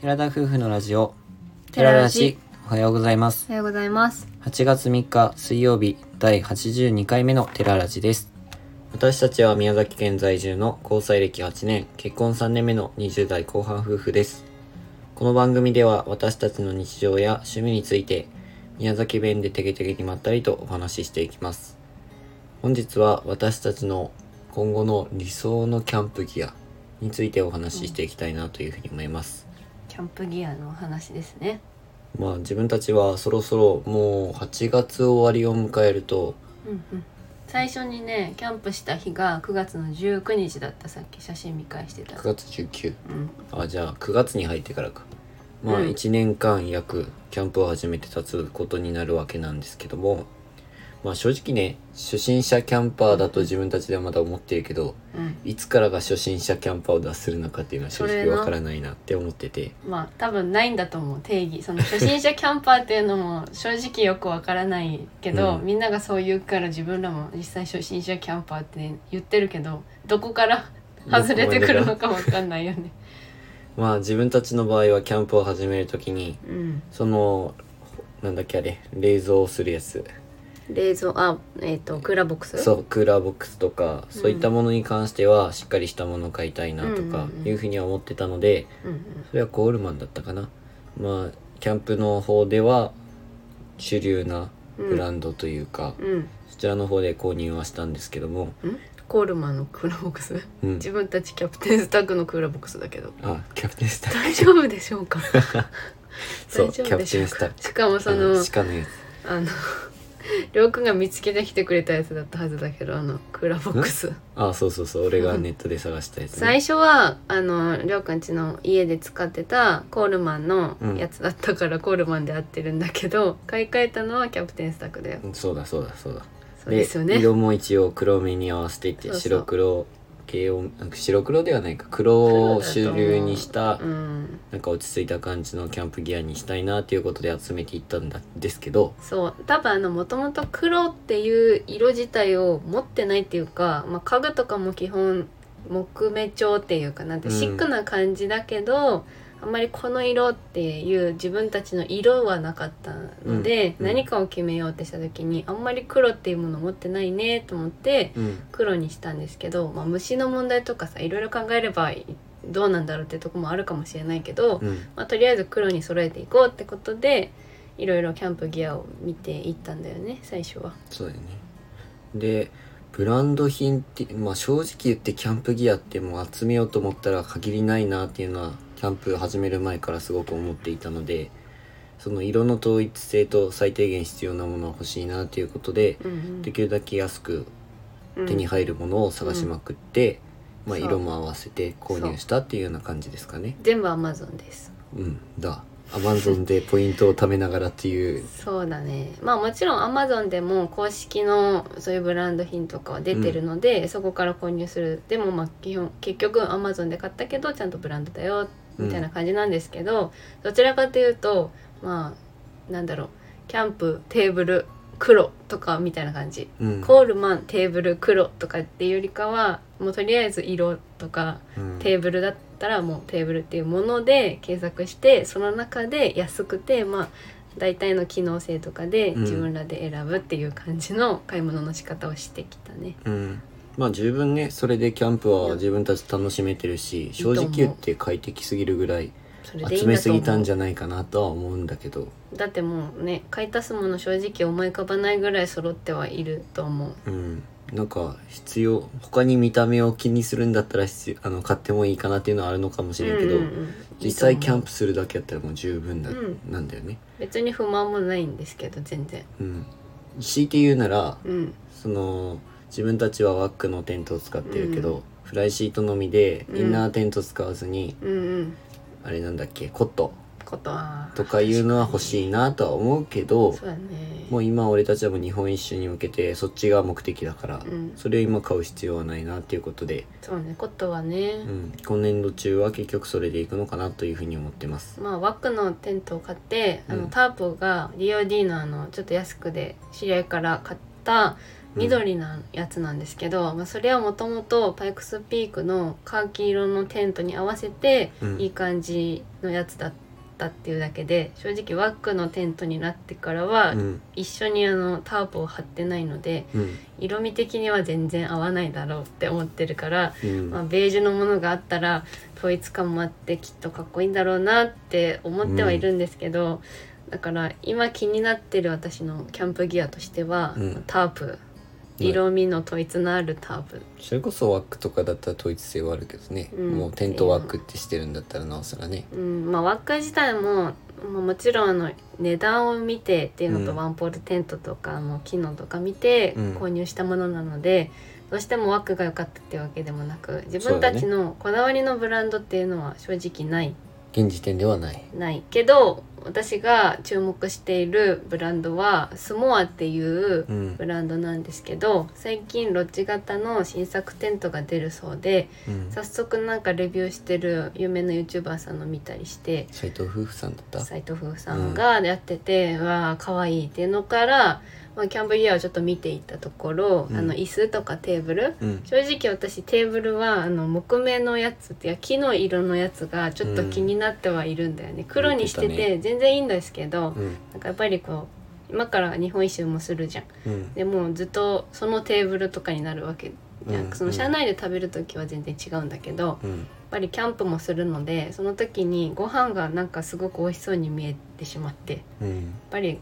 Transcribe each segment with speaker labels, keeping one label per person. Speaker 1: 寺田夫婦のラジオ
Speaker 2: 寺ラジ
Speaker 1: おはようございます
Speaker 2: おはようございます。
Speaker 1: 8月3日水曜日第82回目の寺ラジです私たちは宮崎県在住の交際歴8年結婚3年目の20代後半夫婦ですこの番組では私たちの日常や趣味について宮崎弁でテケテケにまったりとお話ししていきます本日は私たちの今後の理想のキャンプギアについてお話ししていきたいなというふうに思います
Speaker 2: キャンプギアの話ですね。
Speaker 1: まあ自分たちはそろそろもう8月終わりを迎えると
Speaker 2: うんうん。最初にね、キャンプした日が9月の19日だった。さっき写真見返してた
Speaker 1: 9。月19
Speaker 2: うん。
Speaker 1: あじゃあ9月に入ってからかまあ
Speaker 2: うん
Speaker 1: 1年間約キャンプを始めて立つことになるわけなんですけどもまあ正直ね初心者キャンパーだと自分たちではまだ思ってるけど
Speaker 2: うん。
Speaker 1: いつからが初心者キャンパーを脱するのかっていうのは正
Speaker 2: それ
Speaker 1: 直
Speaker 2: な
Speaker 1: わからないなって思ってて
Speaker 2: まあ多分ないんだと思う定義その初心者キャンパーっていうのも 正直よくわからないけど、
Speaker 1: うん
Speaker 2: みんながそう言うから自分らも実際初心者キャンパーって言ってるけどどこから外れてくるのかわかんないよね。
Speaker 1: まあ自分たちの場合はキャンプを始めるときに
Speaker 2: うん、
Speaker 1: そのなんだっけあれ冷蔵をするやつ
Speaker 2: 冷蔵あえっ、とクーラーボックス
Speaker 1: そうクーラーボックスとか、
Speaker 2: うん
Speaker 1: そういったものに関してはしっかりしたものを買いたいなと
Speaker 2: う
Speaker 1: か
Speaker 2: んうんうん
Speaker 1: いうふうには思ってたので、
Speaker 2: うんうん
Speaker 1: それはコールマンだったかなまあキャンプの方では主流なブランドというか、
Speaker 2: うん、
Speaker 1: そちらの方で購入はしたんですけども、
Speaker 2: うん、コールマンのクーラーボックス
Speaker 1: うん、
Speaker 2: 自分たちキャプテンスタッグのクーラーボックスだけど
Speaker 1: あキャプテンスタッ
Speaker 2: 大丈夫でしょうか
Speaker 1: ク そう
Speaker 2: 大
Speaker 1: キ
Speaker 2: 丈
Speaker 1: ャプ
Speaker 2: 夫でし
Speaker 1: テ
Speaker 2: ょ
Speaker 1: ン
Speaker 2: う
Speaker 1: スタッ
Speaker 2: か
Speaker 1: ク
Speaker 2: しかもそ
Speaker 1: あ
Speaker 2: の
Speaker 1: 鹿のやつ
Speaker 2: あのりょうくんが見つけてきてくれたやつだったはずだけどあのクーラーボックス
Speaker 1: あそうそうそう俺がネットで探したやつ、
Speaker 2: 最初はあのりょうくんちの家で使ってたコールマンの
Speaker 1: うん
Speaker 2: やつだったから、コールマンで合ってるんだけど買い替えたのはキャプテンスタックだよ
Speaker 1: うんそうだそうだそうだ
Speaker 2: そうですよね
Speaker 1: 色も一応黒目に合わせていって
Speaker 2: そうそう
Speaker 1: 白黒系をなんか白黒ではないか黒を主流にした
Speaker 2: うん
Speaker 1: なんか落ち着いた感じのキャンプギアにしたいなっていうことで集めていったんだですけど
Speaker 2: そう多分あのもともと黒っていう色自体を持ってないっていうか、まあ、家具とかも基本木目調っていうかなんて
Speaker 1: うん
Speaker 2: シックな感じだけど、あんまりこの色っていう自分たちの色はなかったので、
Speaker 1: うんうん
Speaker 2: 何かを決めようってした時にあんまり黒っていうもの持ってないねと思って
Speaker 1: うん
Speaker 2: 黒にしたんですけど、まあ、虫の問題とかさいろいろ考えればどうなんだろうっていうとこもあるかもしれないけど、
Speaker 1: うん
Speaker 2: まあ、とりあえず黒に揃えていこうってことでいろいろキャンプギアを見ていったんだよね最初は。
Speaker 1: そうだよねでブランド品って、まあ、正直言ってキャンプギアってもう集めようと思ったら限りないなっていうのはキャンプ始める前からすごく思っていたのでその色の統一性と最低限必要なものは欲しいなということで
Speaker 2: うん
Speaker 1: できるだけ安く
Speaker 2: うん
Speaker 1: 手に入るものを探しまくって、
Speaker 2: うん
Speaker 1: まあ、
Speaker 2: そう
Speaker 1: 色も合わせて購入したっていうような感じですかね。
Speaker 2: 全部アマゾンです
Speaker 1: うん、だアマゾンでポイントを貯めながらっていう、
Speaker 2: そうだねまあもちろんアマゾンでも公式のそういうブランド品とかは出てるので、そこから購入するでもまあ基本結局アマゾンで買ったけどちゃんとブランドだよみたいな感じなんですけど、どちらかというとまあなんだろうキャンプテーブル黒とかみたいな感じ
Speaker 1: うん
Speaker 2: コールマンテーブル黒とかっていうよりかはもうとりあえず色とか
Speaker 1: うん
Speaker 2: テーブルだったらもうテーブルっていうもので検索してその中で安くてまあ大体の機能性とかで
Speaker 1: うん
Speaker 2: 自分らで選ぶっていう感じの買い物の仕方をしてきたね。
Speaker 1: うんまあ十分ねそれでキャンプは自分たち楽しめてるし正直言って快適すぎるぐらい
Speaker 2: それでいい
Speaker 1: 集
Speaker 2: ん
Speaker 1: め
Speaker 2: だ
Speaker 1: す
Speaker 2: と思
Speaker 1: ぎたん
Speaker 2: う
Speaker 1: じゃないかなとは思うんだけど、
Speaker 2: だってもうね買い足すもの正直思い浮かばないぐらい揃ってはいると思う。
Speaker 1: うん、なんか必要他に見た目を気にするんだったら必要あの買ってもいいかなっていうのはあるのかもしれんけど、
Speaker 2: うんうんうん
Speaker 1: 実際
Speaker 2: いい
Speaker 1: キ
Speaker 2: と
Speaker 1: ャ
Speaker 2: 思
Speaker 1: ン
Speaker 2: う
Speaker 1: プするだけやったらもう十分だ、
Speaker 2: うん
Speaker 1: なんだよね。
Speaker 2: 別に不満もないんですけど全然。
Speaker 1: うん、強いて言うなら
Speaker 2: うん
Speaker 1: その自分たちはワックのテントを使ってるけど、フライシートのみで
Speaker 2: うん
Speaker 1: インナーテント使わずに、
Speaker 2: うんうん
Speaker 1: あれなんだっけコット
Speaker 2: ことは
Speaker 1: とかいうのは欲しいなとは思うけど
Speaker 2: そうだね。
Speaker 1: もう今俺たちはもう日本一周に向けてそっちが目的だから、
Speaker 2: うん
Speaker 1: それを今買う必要はないなっていうことで、
Speaker 2: そうね、ことはね、
Speaker 1: うん、今年度中は結局それでいくのかなというふうに思ってます。
Speaker 2: まあワックのテントを買って、あ
Speaker 1: う
Speaker 2: の
Speaker 1: ん
Speaker 2: タープが DOD のあのちょっと安くで知り合いから買った緑なやつなんですけど、まあ、それはもともとパイクスピークのカーキ色のテントに合わせて
Speaker 1: うん
Speaker 2: いい感じのやつだったっていうだけで正直ワックのテントになってからは
Speaker 1: うん
Speaker 2: 一緒にあのタープを張ってないので
Speaker 1: うん
Speaker 2: 色味的には全然合わないだろうって思ってるから、
Speaker 1: うん
Speaker 2: まあ、ベージュのものがあったら統一感もあってきっとかっこいいんだろうなって思ってはいるんですけど、だから今気になってる私のキャンプギアとしては、
Speaker 1: うん
Speaker 2: タープ
Speaker 1: うん
Speaker 2: 色味の統一のあるタープ、
Speaker 1: それこそワックとかだったら統一性はあるけどね、
Speaker 2: うん
Speaker 1: もうテントワックってしてるんだったらなおさらね
Speaker 2: うんまあ、ワッカ自体もまあもちろんあの値段を見てっていうのと、
Speaker 1: うん
Speaker 2: ワンポールテントとかの機能とか見て
Speaker 1: うん
Speaker 2: 購入したものなので、どうしてもワックが良かったってわけでもなく自
Speaker 1: そう
Speaker 2: 分
Speaker 1: だ
Speaker 2: た
Speaker 1: ね
Speaker 2: ちのこだわりのブランドっていうのは正直ない
Speaker 1: 現時点ではない
Speaker 2: ないけど私が注目しているブランドはスモアっていう
Speaker 1: うん
Speaker 2: ブランドなんですけど最近ロッジ型の新作テントが出るそうで
Speaker 1: うん
Speaker 2: 早速なんかレビューしてる有名な YouTuber さんの見たりして
Speaker 1: 斎藤夫婦さんだった
Speaker 2: 斉藤夫婦さんがやってて、うわあ可愛いっていうのから、まあ、キャンプギアをちょっと見ていったところ、
Speaker 1: うん
Speaker 2: あの椅子とかテーブル
Speaker 1: うん
Speaker 2: 正直私テーブルはあの木目のやつっていや木の色のやつがちょっと気になってはいるんだよね、黒にして
Speaker 1: 言ってた
Speaker 2: て全然いいんですけど、
Speaker 1: うん
Speaker 2: なんかやっぱりこう今から日本一周もするじゃん
Speaker 1: うん
Speaker 2: でもうずっとそのテーブルとかになるわけじゃん、
Speaker 1: うん
Speaker 2: その車内で食べる時は全然違うんだけど、
Speaker 1: うん
Speaker 2: やっぱりキャンプもするのでその時にご飯がなんかすごく美味しそうに見えてしまってやっ
Speaker 1: うん
Speaker 2: ぱり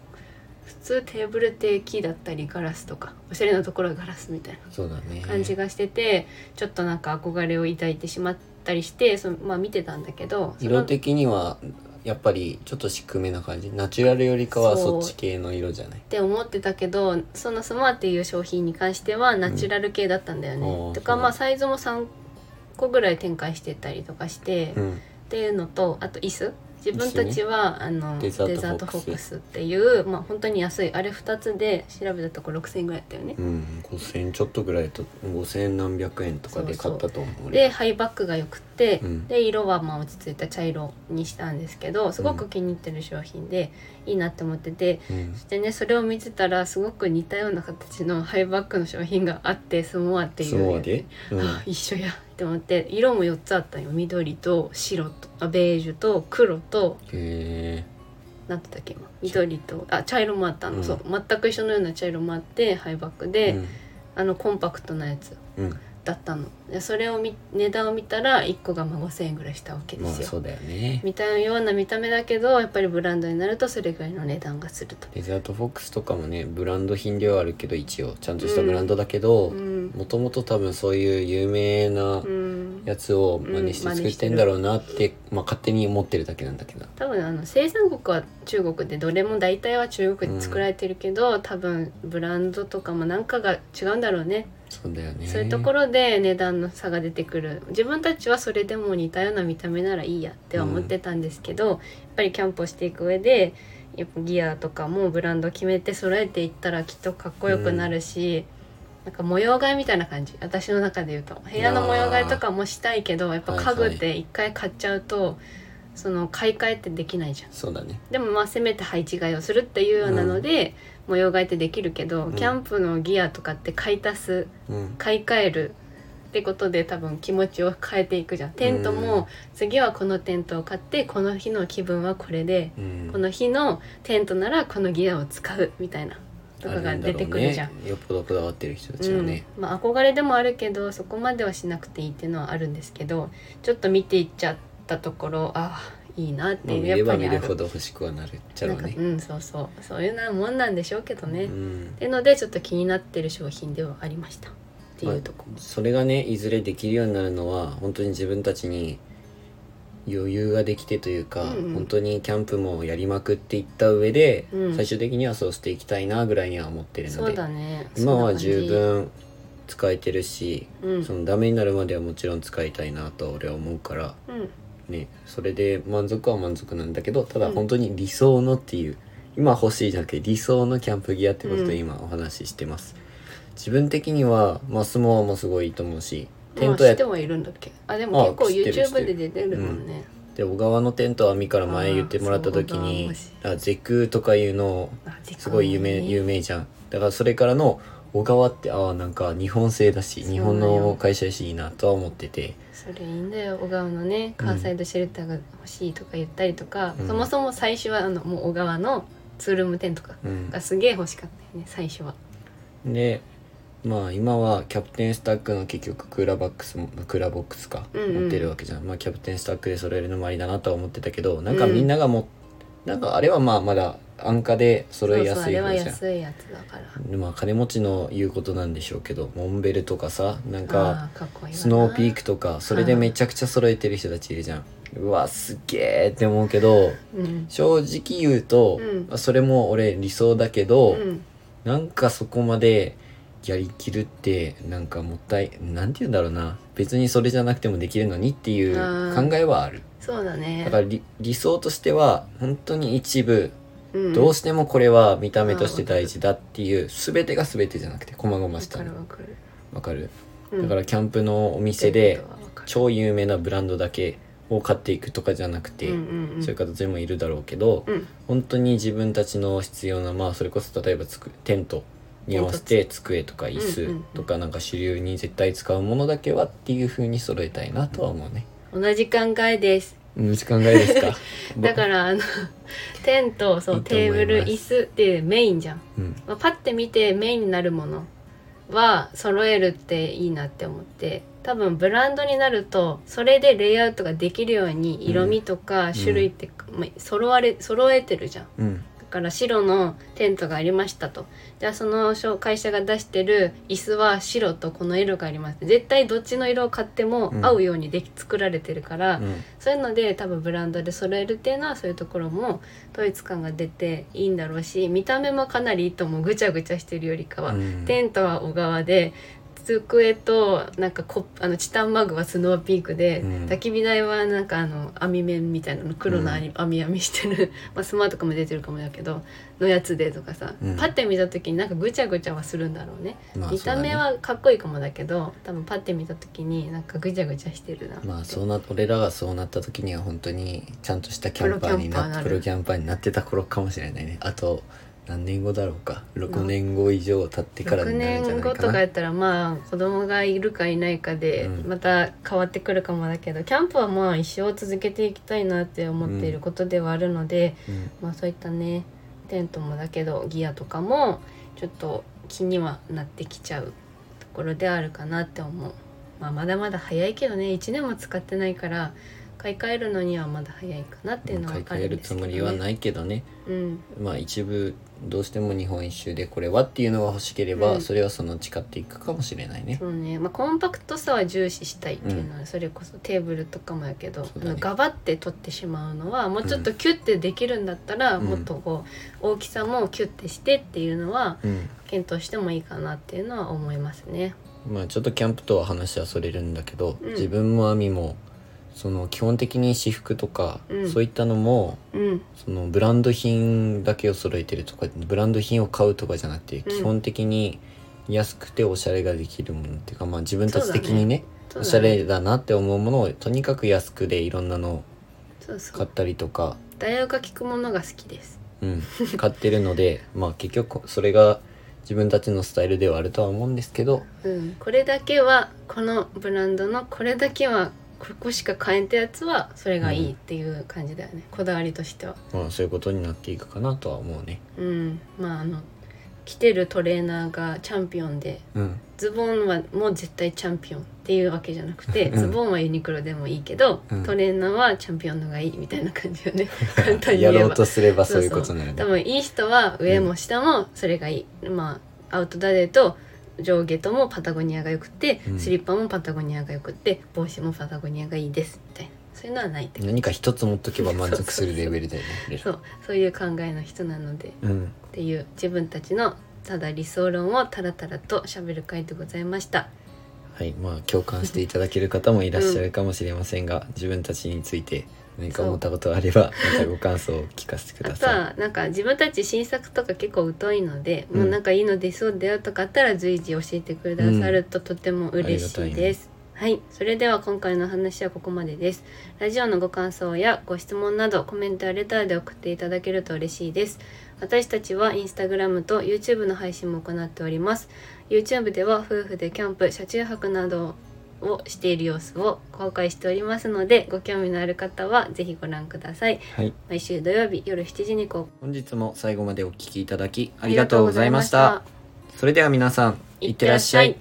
Speaker 2: 普通テーブルって木だったりガラスとかおしゃれなところはガラスみたい
Speaker 1: そうだね
Speaker 2: な感じがしてて、ちょっとなんか憧れを抱いてしまったりしてそのまあ見てたんだけどその
Speaker 1: 色的にはやっぱりちょっと低めな感じナチュラルよりかはそ
Speaker 2: そ
Speaker 1: うっち系の色じゃない
Speaker 2: って思ってたけどそのスマーっていう商品に関してはナチュラル系だったんだよね。
Speaker 1: うんあー
Speaker 2: とか
Speaker 1: そう
Speaker 2: まあサイズも3個ぐらい展開してたりとかして、
Speaker 1: うん
Speaker 2: っていうのとあと椅子自分たちは、あの
Speaker 1: デ
Speaker 2: デ
Speaker 1: ザ
Speaker 2: ザ
Speaker 1: ート
Speaker 2: ート
Speaker 1: フ
Speaker 2: フ
Speaker 1: ォッ
Speaker 2: ォッ
Speaker 1: ク
Speaker 2: ク
Speaker 1: ス
Speaker 2: スっていうまあ本当に安いあれ2つで調べたところ6,000円ぐらいだったよね
Speaker 1: う、ん5000円ちょっとぐらいと5000円何百円とかで買ったと思う
Speaker 2: で
Speaker 1: 俺
Speaker 2: ハイバッグがよくて、
Speaker 1: うん
Speaker 2: で色はまあ落ち着いた茶色にしたんですけどすごく気に入ってる商品で、いいなって思ってて
Speaker 1: うん
Speaker 2: そしてねそれを見てたらすごく似たような形のハイバッグの商品があってスモアっていう
Speaker 1: そうでうん
Speaker 2: あ一緒やって思って色も4つあったよ緑と白とあベージュと黒と
Speaker 1: へ
Speaker 2: なんてだっけ今緑とあ茶色もあったの、
Speaker 1: うん
Speaker 2: そう全く一緒のような茶色もあってハイバックで、
Speaker 1: えうん
Speaker 2: あのコンパクトなやつ
Speaker 1: うん
Speaker 2: だったのでそれを見値段を見たら1個がまあ5,000円ぐらいしたわけで
Speaker 1: まあ
Speaker 2: すよ、
Speaker 1: そうだよね
Speaker 2: 見たような見た目だけどやっぱりブランドになるとそれぐらいの値段がすると、
Speaker 1: デザートフォックスとかもねブランド品ではあるけど一応ちゃんとしたブランドだけど
Speaker 2: うん
Speaker 1: もともと多分そういう有名な
Speaker 2: うん、
Speaker 1: やつを真似して
Speaker 2: うん
Speaker 1: 作ってんだろうなって、まあ、勝手に思ってるだけなんだけど
Speaker 2: 多分あの生産国は中国でどれも大体は中国で作られてるけど、多分ブランドとかもなんかが違うんだろうね
Speaker 1: そうだよね
Speaker 2: そういうところで値段の差が出てくる自分たちはそれでも似たような見た目ならいいやっては思ってたんですけど、やっぱりキャンプをしていく上でやっぱギアとかもブランドを決めて揃えていったらきっとかっこよくなるし、なんか模様替えみたいな感じ私の中で言うと部屋の模様替えとかもしたいけどやっぱ家具って一回買っちゃうと、その買い替えってできないじゃん。
Speaker 1: そうだね
Speaker 2: でもまあせめて配置換えをするっていうようなので、模様替えってできるけど、
Speaker 1: ん
Speaker 2: キャンプのギアとかって買い足す
Speaker 1: うん
Speaker 2: 買い替えるってことで多分気持ちを変えていくじゃんテントも次はこのテントを買ってこの日の気分はこれで
Speaker 1: うん
Speaker 2: この日のテントならこのギアを使うみたいなとかが出てくるじゃん
Speaker 1: あ。んだろうね、よっぽどこだわってる人たちはね、
Speaker 2: うんまあ、憧れでもあるけどそこまではしなくていいっていうのはあるんですけどちょっと見ていっちゃったところああいいなっ
Speaker 1: ま
Speaker 2: て
Speaker 1: あ
Speaker 2: いう
Speaker 1: 見
Speaker 2: や
Speaker 1: れ
Speaker 2: っぱ
Speaker 1: ば
Speaker 2: り
Speaker 1: 見
Speaker 2: あ
Speaker 1: る
Speaker 2: る
Speaker 1: ほど欲しくはなるっちゃ
Speaker 2: な
Speaker 1: ろ
Speaker 2: ん
Speaker 1: う
Speaker 2: か
Speaker 1: ね
Speaker 2: うんそうそうそういうなもんなんでしょうけどね、
Speaker 1: う
Speaker 2: っ
Speaker 1: ん
Speaker 2: ていうのでちょっと気になってる商品ではありましたっていうとこ、
Speaker 1: それがねいずれできるようになるのは本当に自分たちに余裕ができてというか、
Speaker 2: うんうん
Speaker 1: 本当にキャンプもやりまくっていった上で、
Speaker 2: うん
Speaker 1: 最終的にはそうしていきたいなぐらいには思ってるの
Speaker 2: そう
Speaker 1: で、
Speaker 2: だね
Speaker 1: 今は十分使えてるし、
Speaker 2: そんな感じ
Speaker 1: そのダメになるまではもちろん使いたいなとは俺は思うから
Speaker 2: うん、うん
Speaker 1: ねそれで満足は満足なんだけどただ
Speaker 2: うん
Speaker 1: 本当に理想のっていう、今欲しいじゃなくて理想のキャンプギアってこと
Speaker 2: う
Speaker 1: で
Speaker 2: ん
Speaker 1: 今お話ししてます、自分的にはまあスモアもすごいいいと思うしテ
Speaker 2: ま
Speaker 1: ン
Speaker 2: あ
Speaker 1: トや
Speaker 2: 知
Speaker 1: っ
Speaker 2: ってはいるんだっけあでも結構
Speaker 1: あ知ってる知って
Speaker 2: YouTube
Speaker 1: る
Speaker 2: で出てるもんね、
Speaker 1: て小川のテントはミから前言ってもらった時
Speaker 2: あーそう小川
Speaker 1: に
Speaker 2: もし
Speaker 1: あゼクとかいうの
Speaker 2: あ時間ね
Speaker 1: すごい有名有名じゃんだからそれからの小川ってああなんか日本製だし
Speaker 2: そう
Speaker 1: 日
Speaker 2: なんよ
Speaker 1: 本の会社やしいいなとは思ってて
Speaker 2: それいいんだよ小川のねカーサイドシェルターが欲しいとか言ったりとか、
Speaker 1: うん
Speaker 2: そもそも最初はあのもう小川のツールーム10とか
Speaker 1: うん
Speaker 2: がすげえ欲しかったよね最初は
Speaker 1: でまあ今はキャプテンスタックの結局クーラーバックスもクーラーボックスか
Speaker 2: うんうん
Speaker 1: 持ってるわけじゃん、まあ、キャプテンスタックで揃えるのもありだなとは思ってたけどなんか
Speaker 2: うん
Speaker 1: みんながも、なんかあれはまあまだ安価で揃えや
Speaker 2: そうそうあ
Speaker 1: すい
Speaker 2: れ
Speaker 1: 方
Speaker 2: は
Speaker 1: じゃん
Speaker 2: 安いやつだから
Speaker 1: でまあ金持ちの言うことなんでしょうけどモンベルとかさなんか
Speaker 2: あーかっこいいわな
Speaker 1: スノーピークとかそれでめちゃくちゃ揃えてる人たちいるじゃんうわすげえって思うけど
Speaker 2: うん
Speaker 1: 正直言うと、
Speaker 2: うん
Speaker 1: まあそれも俺理想だけど、
Speaker 2: うん
Speaker 1: なんかそこまでやりきるってなんかもったいなんて言うんだろうな別にそれじゃなくてもできるのにっていう
Speaker 2: あ
Speaker 1: 考
Speaker 2: ー
Speaker 1: えはある
Speaker 2: そうだね
Speaker 1: だから理理想としては本当に一部
Speaker 2: うん
Speaker 1: どうしてもこれは見た目として大事だっていう全てが全てじゃなくて細々した
Speaker 2: わ
Speaker 1: の
Speaker 2: かるわかる
Speaker 1: わかる
Speaker 2: うん
Speaker 1: だからキャンプのお店
Speaker 2: 言
Speaker 1: で
Speaker 2: ってることはわかる
Speaker 1: 超有名なブランドだけを買っていくとかじゃなくて、
Speaker 2: うんうんうん
Speaker 1: そういう方全部いるだろうけど、
Speaker 2: うん
Speaker 1: 本当に自分たちの必要なまあそれこそ例えばつくテントに合わせて机とか椅
Speaker 2: うんうんうん
Speaker 1: 子とかなんか主流に絶対使うものだけはっていう風に揃えたいなとは思うね。
Speaker 2: 同じ考えです
Speaker 1: うん、時間外ですか、
Speaker 2: だかららあの テントそ
Speaker 1: いういと思い
Speaker 2: テー
Speaker 1: ます
Speaker 2: ブル椅子ってメインじゃん、
Speaker 1: うん
Speaker 2: まあ、パッて見てメインになるものは揃えるっていいなって思って多分ブランドになるとそれでレイアウトができるように色味とか種類って、まあ揃われ揃えてるじゃん
Speaker 1: うん
Speaker 2: だから白のテントがありましたとじゃあその商会社が出してる椅子は白とこの色があります絶対どっちの色を買っても
Speaker 1: うん
Speaker 2: 合うようにでき作られてるから、
Speaker 1: うん
Speaker 2: そういうので多分ブランドで揃えるっていうのはそういうところも統一感が出ていいんだろうし見た目もかなりいいと思うぐちゃぐちゃしてるよりかは。
Speaker 1: うん
Speaker 2: テントは小川で机となんかコップあのチタンマグはスノーピークで、
Speaker 1: うん
Speaker 2: 焚き火台はなんかあの網面みたいなの黒の網網網してる まあスマートかも出てるかもだけどのやつでとかさ、
Speaker 1: うん
Speaker 2: パッて見た時になんかぐちゃぐちゃはするんだろうね
Speaker 1: まあ
Speaker 2: 見た目
Speaker 1: そうだね
Speaker 2: はかっこいいかもだけど多分パッて見た時になんかぐちゃぐちゃしてるなって
Speaker 1: まあそうな俺らがそうなった時には本当にちゃんとしたキャンパーになってプ
Speaker 2: プ
Speaker 1: ロ
Speaker 2: ロ
Speaker 1: キャンパーになってた頃かもしれないねあと何年後だろうか6年後以上経ってから
Speaker 2: 6
Speaker 1: になるんじゃ
Speaker 2: 年
Speaker 1: ないかな
Speaker 2: 後とかやったらまあ子供がいるかいないかで
Speaker 1: うん
Speaker 2: また変わってくるかもだけど、キャンプはまあ一生続けていきたいなって思っていることではあるので、
Speaker 1: うん
Speaker 2: まあそういったねテントもだけどギアとかもちょっと気にはなってきちゃうところであるかなって思う、まあ、まだまだ早いけどね1年も使ってないから買い替えるのにはまだ早いかなっていうのは
Speaker 1: 買い
Speaker 2: あ
Speaker 1: 替え
Speaker 2: るん
Speaker 1: る
Speaker 2: で
Speaker 1: つ
Speaker 2: すけ
Speaker 1: も
Speaker 2: ど、ね、
Speaker 1: りはないけどね
Speaker 2: うん
Speaker 1: まあ一部どうしても日本一周でこれはっていうのが欲しければ、
Speaker 2: うん
Speaker 1: それはそのうち買っていくかもしれないね
Speaker 2: そうね、まあ、コンパクトさは重視したいっていうのは、それこそテーブルとかもやけど、
Speaker 1: そう
Speaker 2: あ
Speaker 1: だね
Speaker 2: のガバって取ってしまうのはもうちょっとキュッてできるんだったら、
Speaker 1: うん
Speaker 2: もっとこう大きさもキュッてしてっていうのは
Speaker 1: うん
Speaker 2: 検討してもいいかなっていうのは思いますね。
Speaker 1: まあちょっとキャンプとは話はそれるんだけど、
Speaker 2: うん
Speaker 1: 自分も亜美もその基本的に私服とか、
Speaker 2: うん
Speaker 1: そういったのも
Speaker 2: うん、
Speaker 1: そのブランド品だけを揃えてるとかブランド品を買うとかじゃなくて、基本的に安くておしゃれができるものっていうかまあ自分たち的にね
Speaker 2: そうだね
Speaker 1: おしゃれだなって思うものをとにかく安くでいろんなのを
Speaker 2: そうそ
Speaker 1: 買っ
Speaker 2: う
Speaker 1: たりとか
Speaker 2: 大学が聞くものが好きです。
Speaker 1: うん、買ってるのでまあ結局それが自分たちのスタイルではあるとは思うんですけど
Speaker 2: うん、これだけはこのブランドのこれだけはここしか買えんってやつはそれがいいっていう感じだよね、こだわりとしては。
Speaker 1: まあそういうことになっていくかなとは思うね。
Speaker 2: うん、まああの着てるトレーナーがチャンピオンで
Speaker 1: うん、
Speaker 2: ズボンはもう絶対チャンピオンっていうわけじゃなくて、
Speaker 1: うん
Speaker 2: ズボンはユニクロでもいいけど、
Speaker 1: うん
Speaker 2: トレーナーはチャンピオンのがいいみたいな感じ よね簡単に言
Speaker 1: や
Speaker 2: えば
Speaker 1: ろうとすれば
Speaker 2: そ
Speaker 1: そうう
Speaker 2: そ
Speaker 1: いううことになるね
Speaker 2: 多。分いい人は上も下もそれがいい、まあアウトダデと上下ともパタゴニアがよくって、
Speaker 1: うん
Speaker 2: スリッパもパタゴニアがよくって帽子もパタゴニアがいいですみたいなそういうのはないって
Speaker 1: 何か一つ持っとけば満足するレベルだよね。俺ら
Speaker 2: そうそういう考えの人なので
Speaker 1: うん、
Speaker 2: っていう自分たちのただ理想論をタラタラと喋る会でございました
Speaker 1: はい、まあ共感していただける方もいらっしゃるかもしれませんが、自分たちについて何か思ったことがあればまたご感想を聞かせてく
Speaker 2: あ
Speaker 1: だ
Speaker 2: と
Speaker 1: さ
Speaker 2: はなんか自分たち新作とか結構疎いので、
Speaker 1: うん
Speaker 2: もうなんかいいの出そうだよとかあったら随時教えてくださるととても嬉しいです、はいそれでは今回の話はここまでですラジオのご感想やご質問などコメントやレターで送っていただけると嬉しいです私たちはインスタグラムと YouTube の配信も行っております YouTube では夫婦でキャンプ車中泊などをしている様子を公開しておりますのでご興味のある方はぜひご覧ください
Speaker 1: はい、
Speaker 2: 毎週土曜日夜7時に公開
Speaker 1: 本日も最後までお聞きいただきありがとうございました。それでは皆さん、いってらっしゃい。